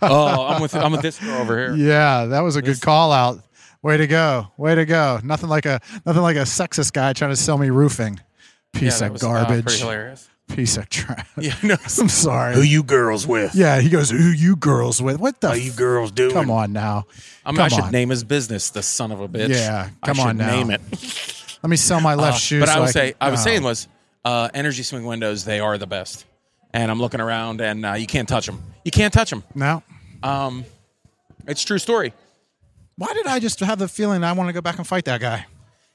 E: oh, I'm with I'm with this girl over here.
C: Yeah, that was a good call out. Way to go. Way to go. Nothing like a nothing like a sexist guy trying to sell me roofing.
E: Yeah,
C: Piece
E: that
C: of
E: was, uh, pretty
C: garbage.
E: hilarious.
C: Piece of trash.
E: Yeah, no,
C: I'm sorry.
E: you girls with?
C: yeah, he goes, "Who you girls with? What the? f-
E: girls doing?
C: come on now.
E: I mean,
C: come
E: I should
C: on.
E: name his business. The son of a bitch.
C: Yeah,
E: I
C: come
E: should
C: on now.
E: Name it.
C: Let me sell my left shoe.
E: Uh, But I
C: so
E: would
C: can-
E: say I was
C: no.
E: saying was uh, energy swing windows. They are the best. And I'm looking around, and uh, you can't touch them. You can't touch them.
C: no.
E: Um, it's a true story.
C: Why did I just have the feeling I want to go back and fight that guy?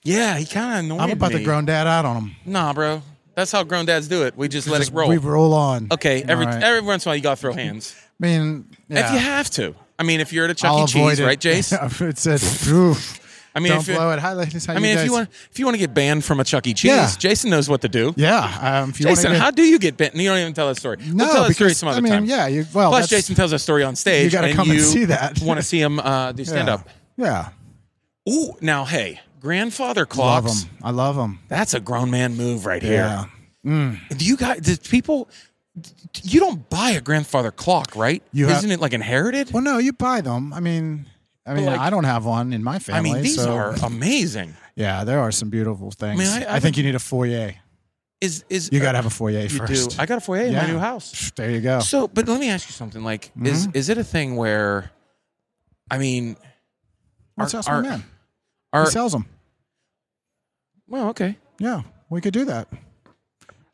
E: Yeah, he kind of annoyed
C: I'm about
E: me.
C: to grown dad out on him.
E: Nah, bro. That's how grown dads do it. We just let
C: Just-
E: it roll.
C: We roll on.
E: okay, every
C: All right.
E: every once in a while you gotta throw hands
C: I mean, yeah.
E: if you have to. I mean, if you're at a Chuck
C: I'll
E: E.
C: avoid
E: Cheese,
C: it.
E: right, Jace?
C: it said, oof.
E: I mean,
C: don't
E: if you-
C: blow it. Hi, ladies. How
E: I mean,
C: you
E: if you
C: guys?
E: want if you want to get banned from a Chuck E. Cheese,
C: Yeah.
E: Jason knows what to do.
C: yeah. Um, if you wanna
E: Jason,
C: get-
E: how do you get banned? You don't even tell that story.
C: No,
E: we'll tell that story
C: because,
E: some other
C: I mean,
E: time.
C: yeah, you- well,
E: Plus,
C: Oh, that's-
E: Jason tells a story on stage.
C: gotta
E: and
C: come and see that.
E: want to see him uh, do stand up.
C: Yeah,
E: Ooh, now hey, grandfather
C: yeah. love
E: clocks.
C: them. I love them.
E: That's a grown man move right
C: Yeah.
E: here. Do you guys? Do people? You don't buy a grandfather clock, right?
C: You have-
E: Isn't it like inherited?
C: Well, no, you buy them. I mean, I mean,
E: like-
C: I don't have one in my
E: I
C: family.
E: mean, these
C: so-
E: are amazing.
C: Yeah, there are some beautiful things.
E: I-
C: I,
E: I
C: think you need a foyer.
E: Is is
C: You got to have a foyer
E: you
C: first.
E: do? I got a foyer in my
C: Yeah. Oh.
E: new house.
C: Psh, There you go.
E: So, but let me ask you something. Like, is
C: Mm-hmm.
E: is it a thing where, I mean,
C: Let's
E: our-
C: ask my
E: our-
C: man.
E: are
C: he sells them.
E: well, okay.
C: Yeah, we could do that.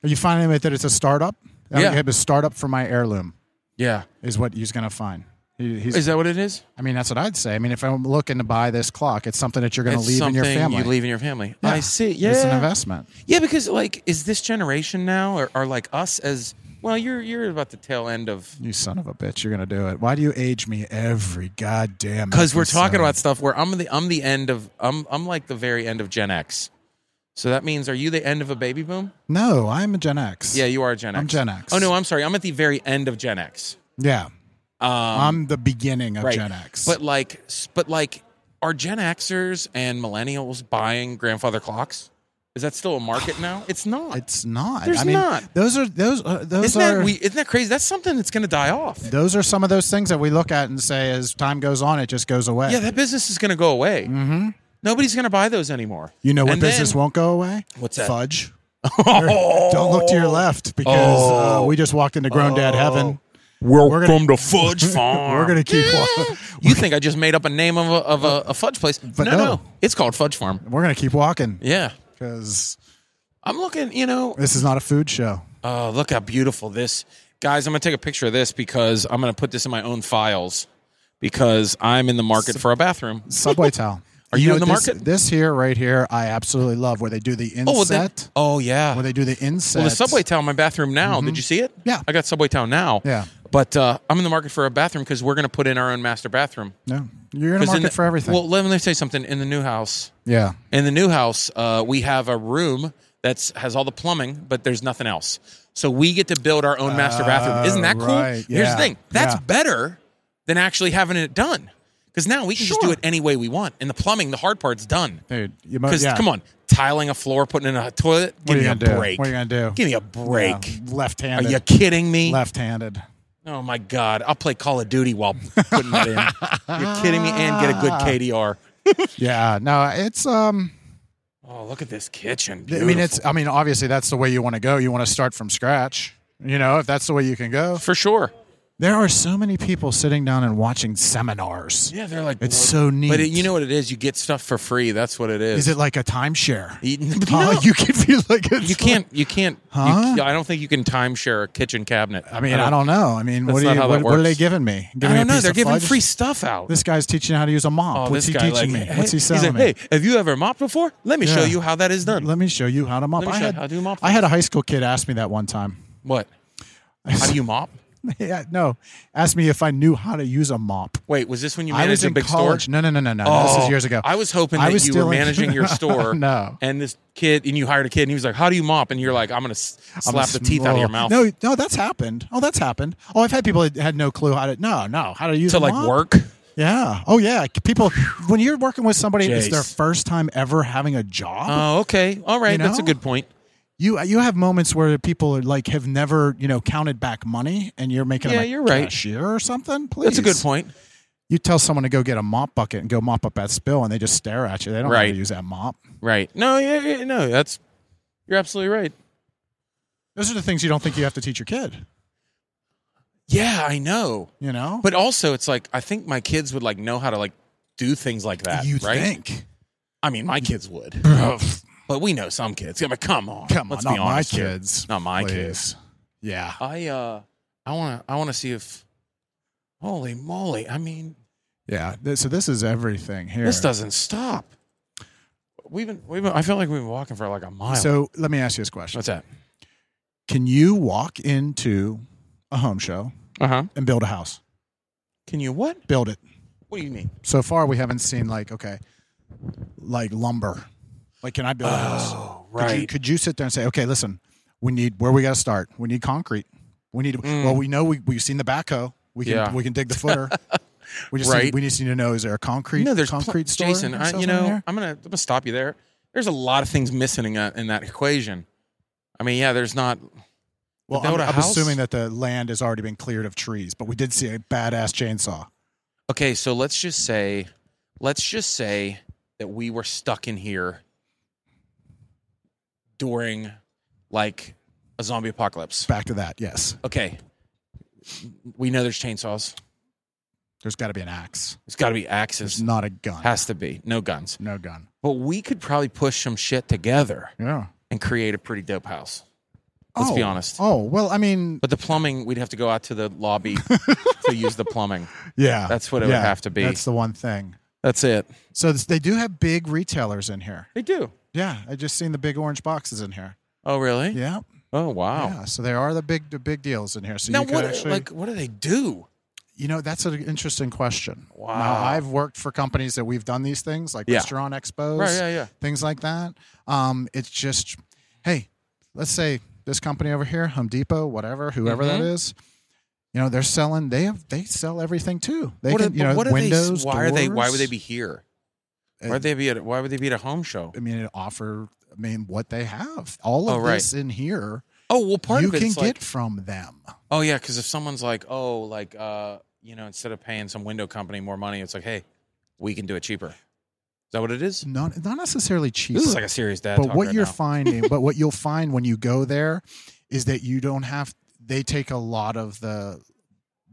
C: Are you finding that it's a startup? I
E: Yeah.
C: have a startup for my heirloom
E: Yeah,
C: is what he's going to find. He, he's,
E: is that what it is?
C: I mean, that's what I'd say. I mean, if I'm looking to buy this clock, it's something that you're going to
E: It's
C: leave in your
E: something
C: family.
E: You leave in your family.
C: Yeah.
E: I see. Yeah,
C: It's an investment.
E: Yeah, because like, is this generation now, or, or like us as well? You're you're about the tail end of
C: You son of a bitch, you're gonna do it. Why do you age me every goddamn?
E: because we're talking about
C: episode?
E: stuff where I'm the I'm the end of I'm I'm like the very end of Gen X. So that means, are you the end of a baby boom?
C: No, I'm a Gen X.
E: Yeah, you are Gen X.
C: I'm Gen X.
E: Oh no, I'm sorry. I'm at the very end of Gen X.
C: yeah. I'm the beginning of
E: Um, Right.
C: Gen X.
E: But like, s- but like, are Gen Xers and millennials buying grandfather clocks? Is that still a market now? It's not.
C: it's not.
E: There's
C: I mean,
E: not.
C: Those are those. Are, those
E: isn't
C: are
E: that we, isn't that crazy? That's something that's going to die off.
C: those are some of those things that we look at and say, as time goes on, it just goes away.
E: Yeah, that business is going to go away. Mm-hmm. Nobody's going to buy those anymore.
C: you know what
E: And
C: business
E: then-
C: won't go away?
E: What's that? Oh.
C: Fudge. Don't look to your left because uh, we just walked into grown
E: Oh.
C: dad heaven. Welcome
E: to Fudge Farm.
C: We're gonna keep walking.
E: You think I just made up a name of a, of a, a fudge place? But no, no,
C: no.
E: it's called Fudge Farm.
C: We're gonna keep walking
E: Yeah,
C: because
E: I'm looking. You know,
C: this is not a food show.
E: Oh, look how beautiful this. Guys, I'm going to take a picture of this because I'm going to put this in my own files because I'm in the market for a bathroom.
C: Subway towel.
E: Are you in the
C: this-
E: market?
C: This here, right here, I absolutely love where they do the inset.
E: well, then- oh yeah.
C: where they do the inset.
E: well, the Subway Town, my bathroom now. Did you see it?
C: Mm-hmm. Yeah.
E: I got Subway Town now.
C: Yeah.
E: But uh, I'm in the market for a bathroom because we're going to put in our own master bathroom.
C: No, you're in a
E: 'Cause in
C: market
E: the-
C: for everything.
E: Well, let me say something. In the new house,
C: yeah,
E: in the new house, uh, we have a room that's has all the plumbing, but there's nothing else. So we get to build our own master bathroom. Isn't that cool?
C: Oh, right,
E: Here's the
C: yeah,
E: thing. That's
C: yeah.
E: better than actually having it done. Because now we can just do
C: Sure.
E: it any way we want. And the plumbing, the hard part's done.
C: dude. You
E: Because
C: must. Yeah.
E: come on, tiling a floor, putting in a toilet,
C: What
E: give
C: are
E: me
C: you
E: a
C: gonna do?
E: break.
C: What are you gonna do?
E: Give me a break. Are
C: left-handed.
E: you kidding me?
C: left-handed.
E: Oh my god, I'll play Call of Duty while putting that in. You're kidding me? And get a good KDR.
C: Yeah. No, it's um.
E: Oh, look at this kitchen.
C: I mean,
E: Beautiful.
C: it's. I mean, obviously, that's the way you want to go. You want to start from scratch. You know, if that's the way you can go.
E: for sure.
C: There are so many people sitting down and watching seminars.
E: Yeah, they're like
C: It's
E: "What?"
C: so neat.
E: But it, you know what it is? You get stuff for free. That's what it
C: Is
E: is.
C: it like a timeshare?
E: You-
C: Oh,
E: no.
C: you can feel like it's
E: You can't. You can't. you-
C: Huh?
E: I don't think you can timeshare a kitchen cabinet.
C: I mean, I don't know. I mean, what,
E: That's
C: do
E: not
C: you,
E: how that
C: what, what are they
E: works.
C: giving me?
E: I
C: Giving me a
E: don't know.
C: piece
E: They're
C: of
E: giving
C: fudge?
E: free stuff out.
C: This guy's teaching how to use a mop.
E: oh,
C: What's
E: this
C: he
E: guy,
C: teaching
E: like,
C: me?
E: hey-
C: What's he
E: he's like,
C: selling
E: Hey,
C: me?
E: have you ever mopped before? Let me show
C: Yeah.
E: you how that is done.
C: Let me show you how to mop.
E: Let me
C: I
E: show you
C: had,
E: how to do mop
C: I had a high school kid ask me that one time.
E: what? How do you mop?
C: yeah, no, asked me if I knew how to use a mop.
E: Wait, was this when you
C: I
E: managed
C: was
E: a
C: in
E: big
C: college.
E: store? Oh,
C: No, no, no, no, no. this is years ago.
E: I was hoping that you were
C: still in-
E: managing your store.
C: no.
E: And this kid, and you hired a kid, and he was like, "How do you mop?" And you're like, "I'm gonna s-
C: I'm
E: slap
C: a
E: the teeth out of your
C: small-
E: mouth."
C: No, no, that's happened. Oh, that's happened. Oh, I've had people that had no clue how to. No, no, how to use
E: to
C: a
E: like
C: mop.
E: work.
C: Yeah. Oh, yeah. People, when you're working with somebody, it's their
E: Jace.
C: first time ever having a job.
E: Oh, okay. All right.
C: You
E: That's a
C: know?
E: good point.
C: you you have moments where people are like have never you know counted back money, and you're making
E: Yeah,
C: them a
E: you're right.
C: cashier or something. Please,
E: That's a good point.
C: You tell someone to go get a mop bucket and go mop up that spill, and they just stare at you. They don't know how
E: Right.
C: to use that mop.
E: Right. No, yeah, yeah, no, that's you're absolutely right.
C: Those are the things you don't think you have to teach your kid.
E: Yeah, I know.
C: You know,
E: But also it's like I think my kids would like know how to like do things like that,
C: you
E: right?
C: think?
E: I mean, my kids would.
C: Ugh,
E: But we know some kids. I mean, come on.
C: Come
E: Let's
C: on,
E: be
C: not my
E: honest here.
C: kids.
E: Not my kids.
C: please. Yeah.
E: I uh I want to I want to see if Holy moly! I mean,
C: Yeah. th- So this is everything here.
E: this doesn't stop. We've been, we've been. I feel like we've been walking for like a mile.
C: so let me ask you this question.
E: what's that?
C: Can you walk into a home show
E: Uh huh.
C: and build a house?
E: Can you what?
C: Build it.
E: What do you mean?
C: So far we haven't seen like, okay, like lumber. Like can I build a
E: Uh,
C: house? Could you, could you sit there and say, okay, listen, we need where we got to start. We need concrete. We need. Well, we know we we've seen the backhoe. We can
E: Mm. Yeah.
C: we can dig the footer. we just
E: Right.
C: need, we just need to know is there a concrete?
E: You know, there's pl-
C: concrete store.
E: Jason,
C: that
E: I,
C: sells
E: you
C: one in
E: know,
C: there?
E: I'm gonna I'm gonna stop you there. There's a lot of things missing in that, in that equation. I mean, yeah, there's not.
C: Well,
E: build
C: I'm,
E: a
C: I'm
E: house?
C: assuming that the land has already been cleared of trees, but we did see a badass chainsaw.
E: Okay, so let's just say, let's just say that we were stuck in here during like a zombie apocalypse.
C: Back to that. Yes,
E: Okay, we know there's chainsaws.
C: there's got to be an axe.
E: There's got to be
C: There's
E: axes.
C: not a gun.
E: Has to be no guns.
C: no gun.
E: But we could probably push some shit together
C: Yeah.
E: and create a pretty dope house. Let's be
C: Oh,
E: honest.
C: Oh well, I mean,
E: But the plumbing, we'd have to go out to the lobby to use the plumbing.
C: yeah,
E: that's what it would
C: Yeah,
E: have to be.
C: That's the one thing.
E: That's it.
C: So this, they do have big retailers in here.
E: They do.
C: Yeah, I just seen the big orange boxes in here.
E: Oh, really?
C: Yeah,
E: Oh, wow.
C: yeah. So there are the big the big deals in here. So
E: now,
C: you could
E: what?
C: actually,
E: Like, what do they do?
C: you know, that's an interesting question.
E: Wow.
C: Now I've worked for companies that we've done these things like
E: Yeah.
C: restaurant expos,
E: Right, yeah, yeah.
C: things like that. Um, it's just, hey, let's say this company over here, Home Depot, whatever, whoever that
E: Mm-hmm.
C: is. You know they're selling. They have they sell everything too. They
E: what
C: can,
E: are,
C: you
E: but
C: know
E: what
C: windows.
E: Are they, why are they? Why would they
C: doors.
E: be here?
C: Uh,
E: Why would they be? At, a- why would they be at a home show?
C: I mean, it offer. I mean, what they have. All
E: Oh,
C: of
E: right.
C: this in here,
E: Oh, well, part
C: you
E: of
C: can
E: it's
C: get
E: like,
C: from them.
E: oh yeah, because if someone's like, oh, like, uh, you know, instead of paying some window company more money, it's like, hey, we can do it cheaper. Is that what it is?
C: Not not necessarily cheap.
E: This is like a serious dad.
C: but
E: talk
C: what
E: right
C: you're
E: now.
C: finding, but what you'll find when you go there, is that you don't have. They take a lot of the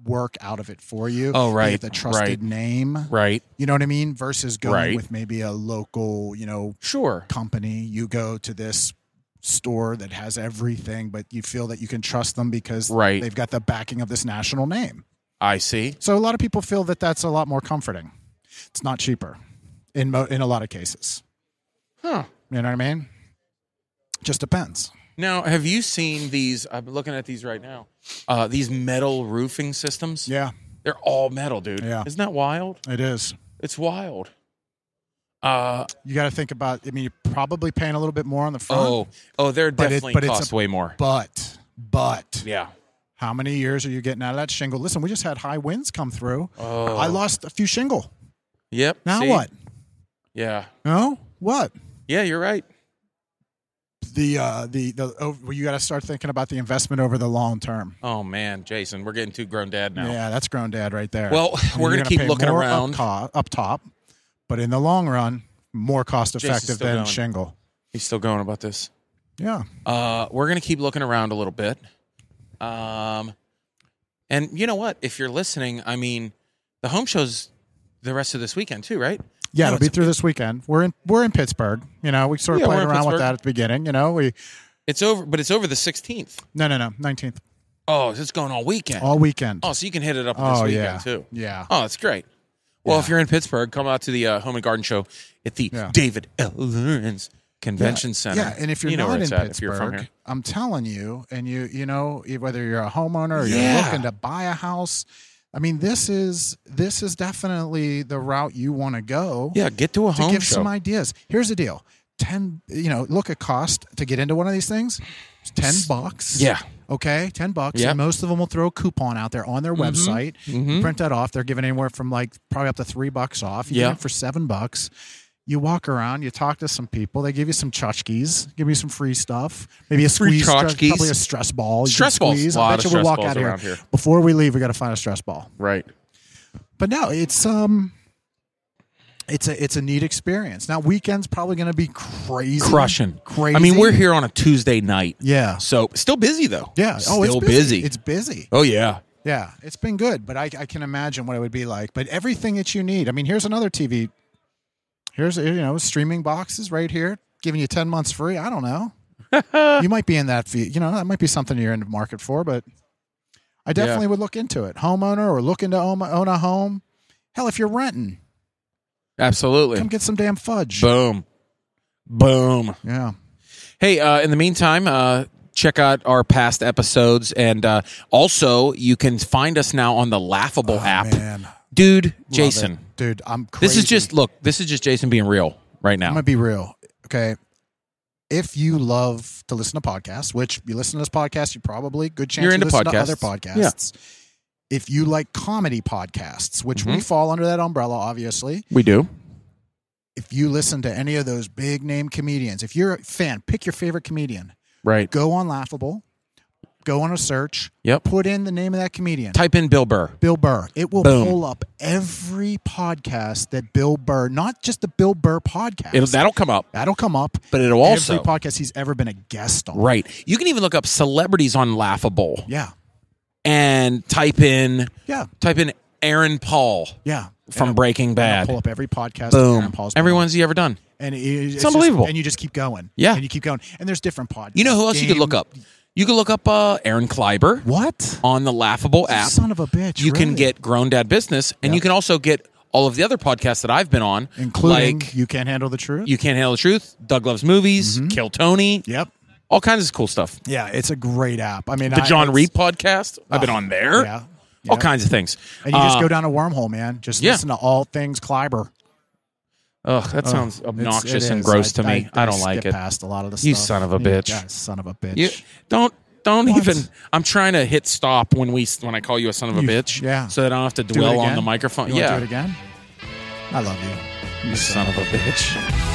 C: work out of it for you.
E: Oh,
C: They
E: right,
C: have the trusted
E: right.
C: name.
E: right.
C: You know what I mean? Versus going
E: Right.
C: with maybe a local, you know,
E: Sure.
C: company. You go to this store that has everything, but you feel that you can trust them because
E: Right.
C: they've got the backing of this national name.
E: I see.
C: So a lot of people feel that that's a lot more comforting. It's not cheaper in mo- in a lot of cases.
E: Huh.
C: You know what I mean? Just depends.
E: Now, have you seen these? I'm looking at these right now. Uh, these metal roofing systems.
C: Yeah,
E: They're all metal, dude.
C: Yeah.
E: Isn't that wild?
C: it is.
E: It's wild. Uh,
C: You got to think about. I mean, you're probably paying a little bit more on the front,
E: oh, oh, they're
C: But it-
E: definitely
C: but it's
E: cost
C: a-
E: way more.
C: but but
E: Yeah.
C: how many years are you getting out of that shingle? Listen, we just had high winds come through.
E: Oh.
C: I lost a few shingle.
E: Yep.
C: Now
E: see?
C: what?
E: Yeah.
C: No, what?
E: Yeah, you're right.
C: The uh, the the oh, well, you got to start thinking about the investment over the long term.
E: Oh man, Jason, we're getting too grown dad now.
C: Yeah, that's grown dad right there.
E: Well,
C: I mean,
E: we're
C: you're
E: gonna, keep
C: pay
E: looking
C: more
E: around.
C: up, co- up top, but in the long run, more cost
E: Jason's
C: effective
E: still
C: than
E: going.
C: shingle.
E: He's still going about this.
C: Yeah,
E: Uh, we're gonna keep looking around a little bit. Um, and you know what? If you're listening, I mean, the home show's the rest of this weekend too, right?
C: yeah,
E: No,
C: it'll be
E: it's-
C: through this weekend. We're in we're in Pittsburgh. You know, we sort of
E: Yeah,
C: played
E: we're in
C: around with
E: Pittsburgh.
C: that at the beginning. You know, we
E: It's over, but it's over the 16th.
C: no no no nineteenth
E: Oh, it's going all weekend.
C: all weekend.
E: oh, so you can hit it up this
C: Oh,
E: weekend
C: yeah,
E: too.
C: yeah.
E: Oh, that's great. Well, if you're in Pittsburgh, come out to the uh, Home and Garden Show at the
C: Yeah.
E: David L. Lawrence Convention Center.
C: Yeah, and if you're
E: You know where
C: not in
E: it's at if you're from
C: Pittsburgh,
E: here.
C: I'm telling you, and you you know e, whether you're a homeowner or
E: Yeah.
C: you're looking to buy a house, I mean this is this is definitely the route you want to go.
E: yeah, get to a
C: to
E: home
C: give
E: show.
C: some ideas. Here's the deal: ten, you know, look at cost to get into one of these things. It's Ten bucks.
E: Yeah.
C: Okay, ten bucks.
E: Yep.
C: And most of them will throw a coupon out there on
E: Mm-hmm.
C: their website. Print that off. They're giving anywhere from like probably up to three bucks off. You
E: Yeah.
C: get it for seven bucks. You walk around, you talk to some people. They give you some tchotchkes, give you some free stuff, maybe a
E: Free
C: squeeze, stre-
E: tchotchkes?
C: probably a stress ball. You can
E: Stress balls.
C: squeeze. I
E: Lot
C: bet
E: of
C: you we'll
E: stress
C: walk
E: balls
C: out of
E: around
C: here.
E: here.
C: Before we leave, we got to find a stress ball.
E: right.
C: But no, it's um it's a it's a neat experience. Now weekends probably going to be crazy.
E: Crushing.
C: Crazy.
E: I mean, we're here on a Tuesday night.
C: Yeah.
E: So still busy though.
C: Yeah. Oh,
E: Still
C: it's
E: busy.
C: It's busy.
E: oh yeah.
C: Yeah. It's been good, but I I can imagine what it would be like. But everything that you need. I mean, here's another TV. Here's you know, streaming boxes right here giving you 10 months free. I don't know. you might be in that fee, you know, that might be something you're in the market for, but I definitely would look into it. Homeowner or looking to own, own a home. Hell, if you're renting,
E: Absolutely.
C: come get some damn fudge.
E: Boom. Boom.
C: yeah.
E: Hey, uh, in the meantime, uh, check out our past episodes. And uh, also, you can find us now on the Laughable app.
C: Oh, Man,
E: Dude, Jason,
C: dude, I'm crazy.
E: this is just, look, this is just Jason being real right now.
C: I'm gonna be real. Okay. If you love to listen to podcasts, which you listen to this podcast, you probably good chance
E: You're
C: you
E: into
C: listen to
E: podcasts.
C: other podcasts. If you like comedy podcasts, which
E: Mm-hmm.
C: we fall under that umbrella, obviously,
E: we do.
C: if you listen to any of those big name comedians, if you're a fan, pick your favorite comedian.
E: Right.
C: Go on Laughable, go on a search,
E: Yep.
C: put in the name of that comedian.
E: Type in Bill Burr.
C: Bill Burr. It will
E: Boom.
C: pull up every podcast that Bill Burr, not just the Bill Burr podcast.
E: It'll, that'll come up,
C: That'll come up.
E: but it'll also.
C: every podcast he's ever been a guest on.
E: right. You can even look up celebrities on Laughable
C: Yeah.
E: and type in
C: Yeah.
E: type in Aaron Paul
C: Yeah.
E: from
C: And
E: Breaking
C: I'll- I'll
E: Bad.
C: pull up every podcast. that Aaron
E: Boom.
C: Paul's been on.
E: Everyone's he ever done.
C: and it- it's, just-
E: unbelievable.
C: and you just keep going.
E: Yeah.
C: And you keep going. And there's different podcasts.
E: You know who else you could look
C: Game-
E: up? You could look up uh, Aaron Kleiber
C: What?
E: on the Laughable app.
C: Son of a bitch.
E: you can
C: really.
E: get Grown Dad Business, and you can also get all of the other podcasts that I've been on,
C: including
E: like
C: you can't handle the truth.
E: You Can't Handle the Truth, Doug Loves Movies, Kill Tony,
C: Mm-hmm. yep.
E: all kinds of cool stuff.
C: Yeah, it's a great app. I mean,
E: The
C: I-
E: John
C: it's-
E: Reed podcast, I've been on there.
C: Yeah.
E: All
C: yeah.
E: kinds of things.
C: And you just
E: Uh,
C: go down a wormhole, man. Just
E: yeah.
C: listen to all things Kleiber.
E: Ugh, that sounds
C: It's-
E: obnoxious
C: it
E: and
C: is.
E: gross to me. I, don't
C: skip
E: like it.
C: Past a lot of the
E: You
C: stuff.
E: son of a
C: Yeah,
E: bitch.
C: yeah, son of a bitch.
E: You don't don't
C: What?
E: even. I'm trying to hit stop when we when I call you a son of a
C: You-
E: bitch.
C: yeah.
E: So that I don't have to
C: Do it
E: dwell on
C: again?
E: the microphone.
C: You wanna
E: yeah.
C: do it again. I love you.
E: You son of a bitch.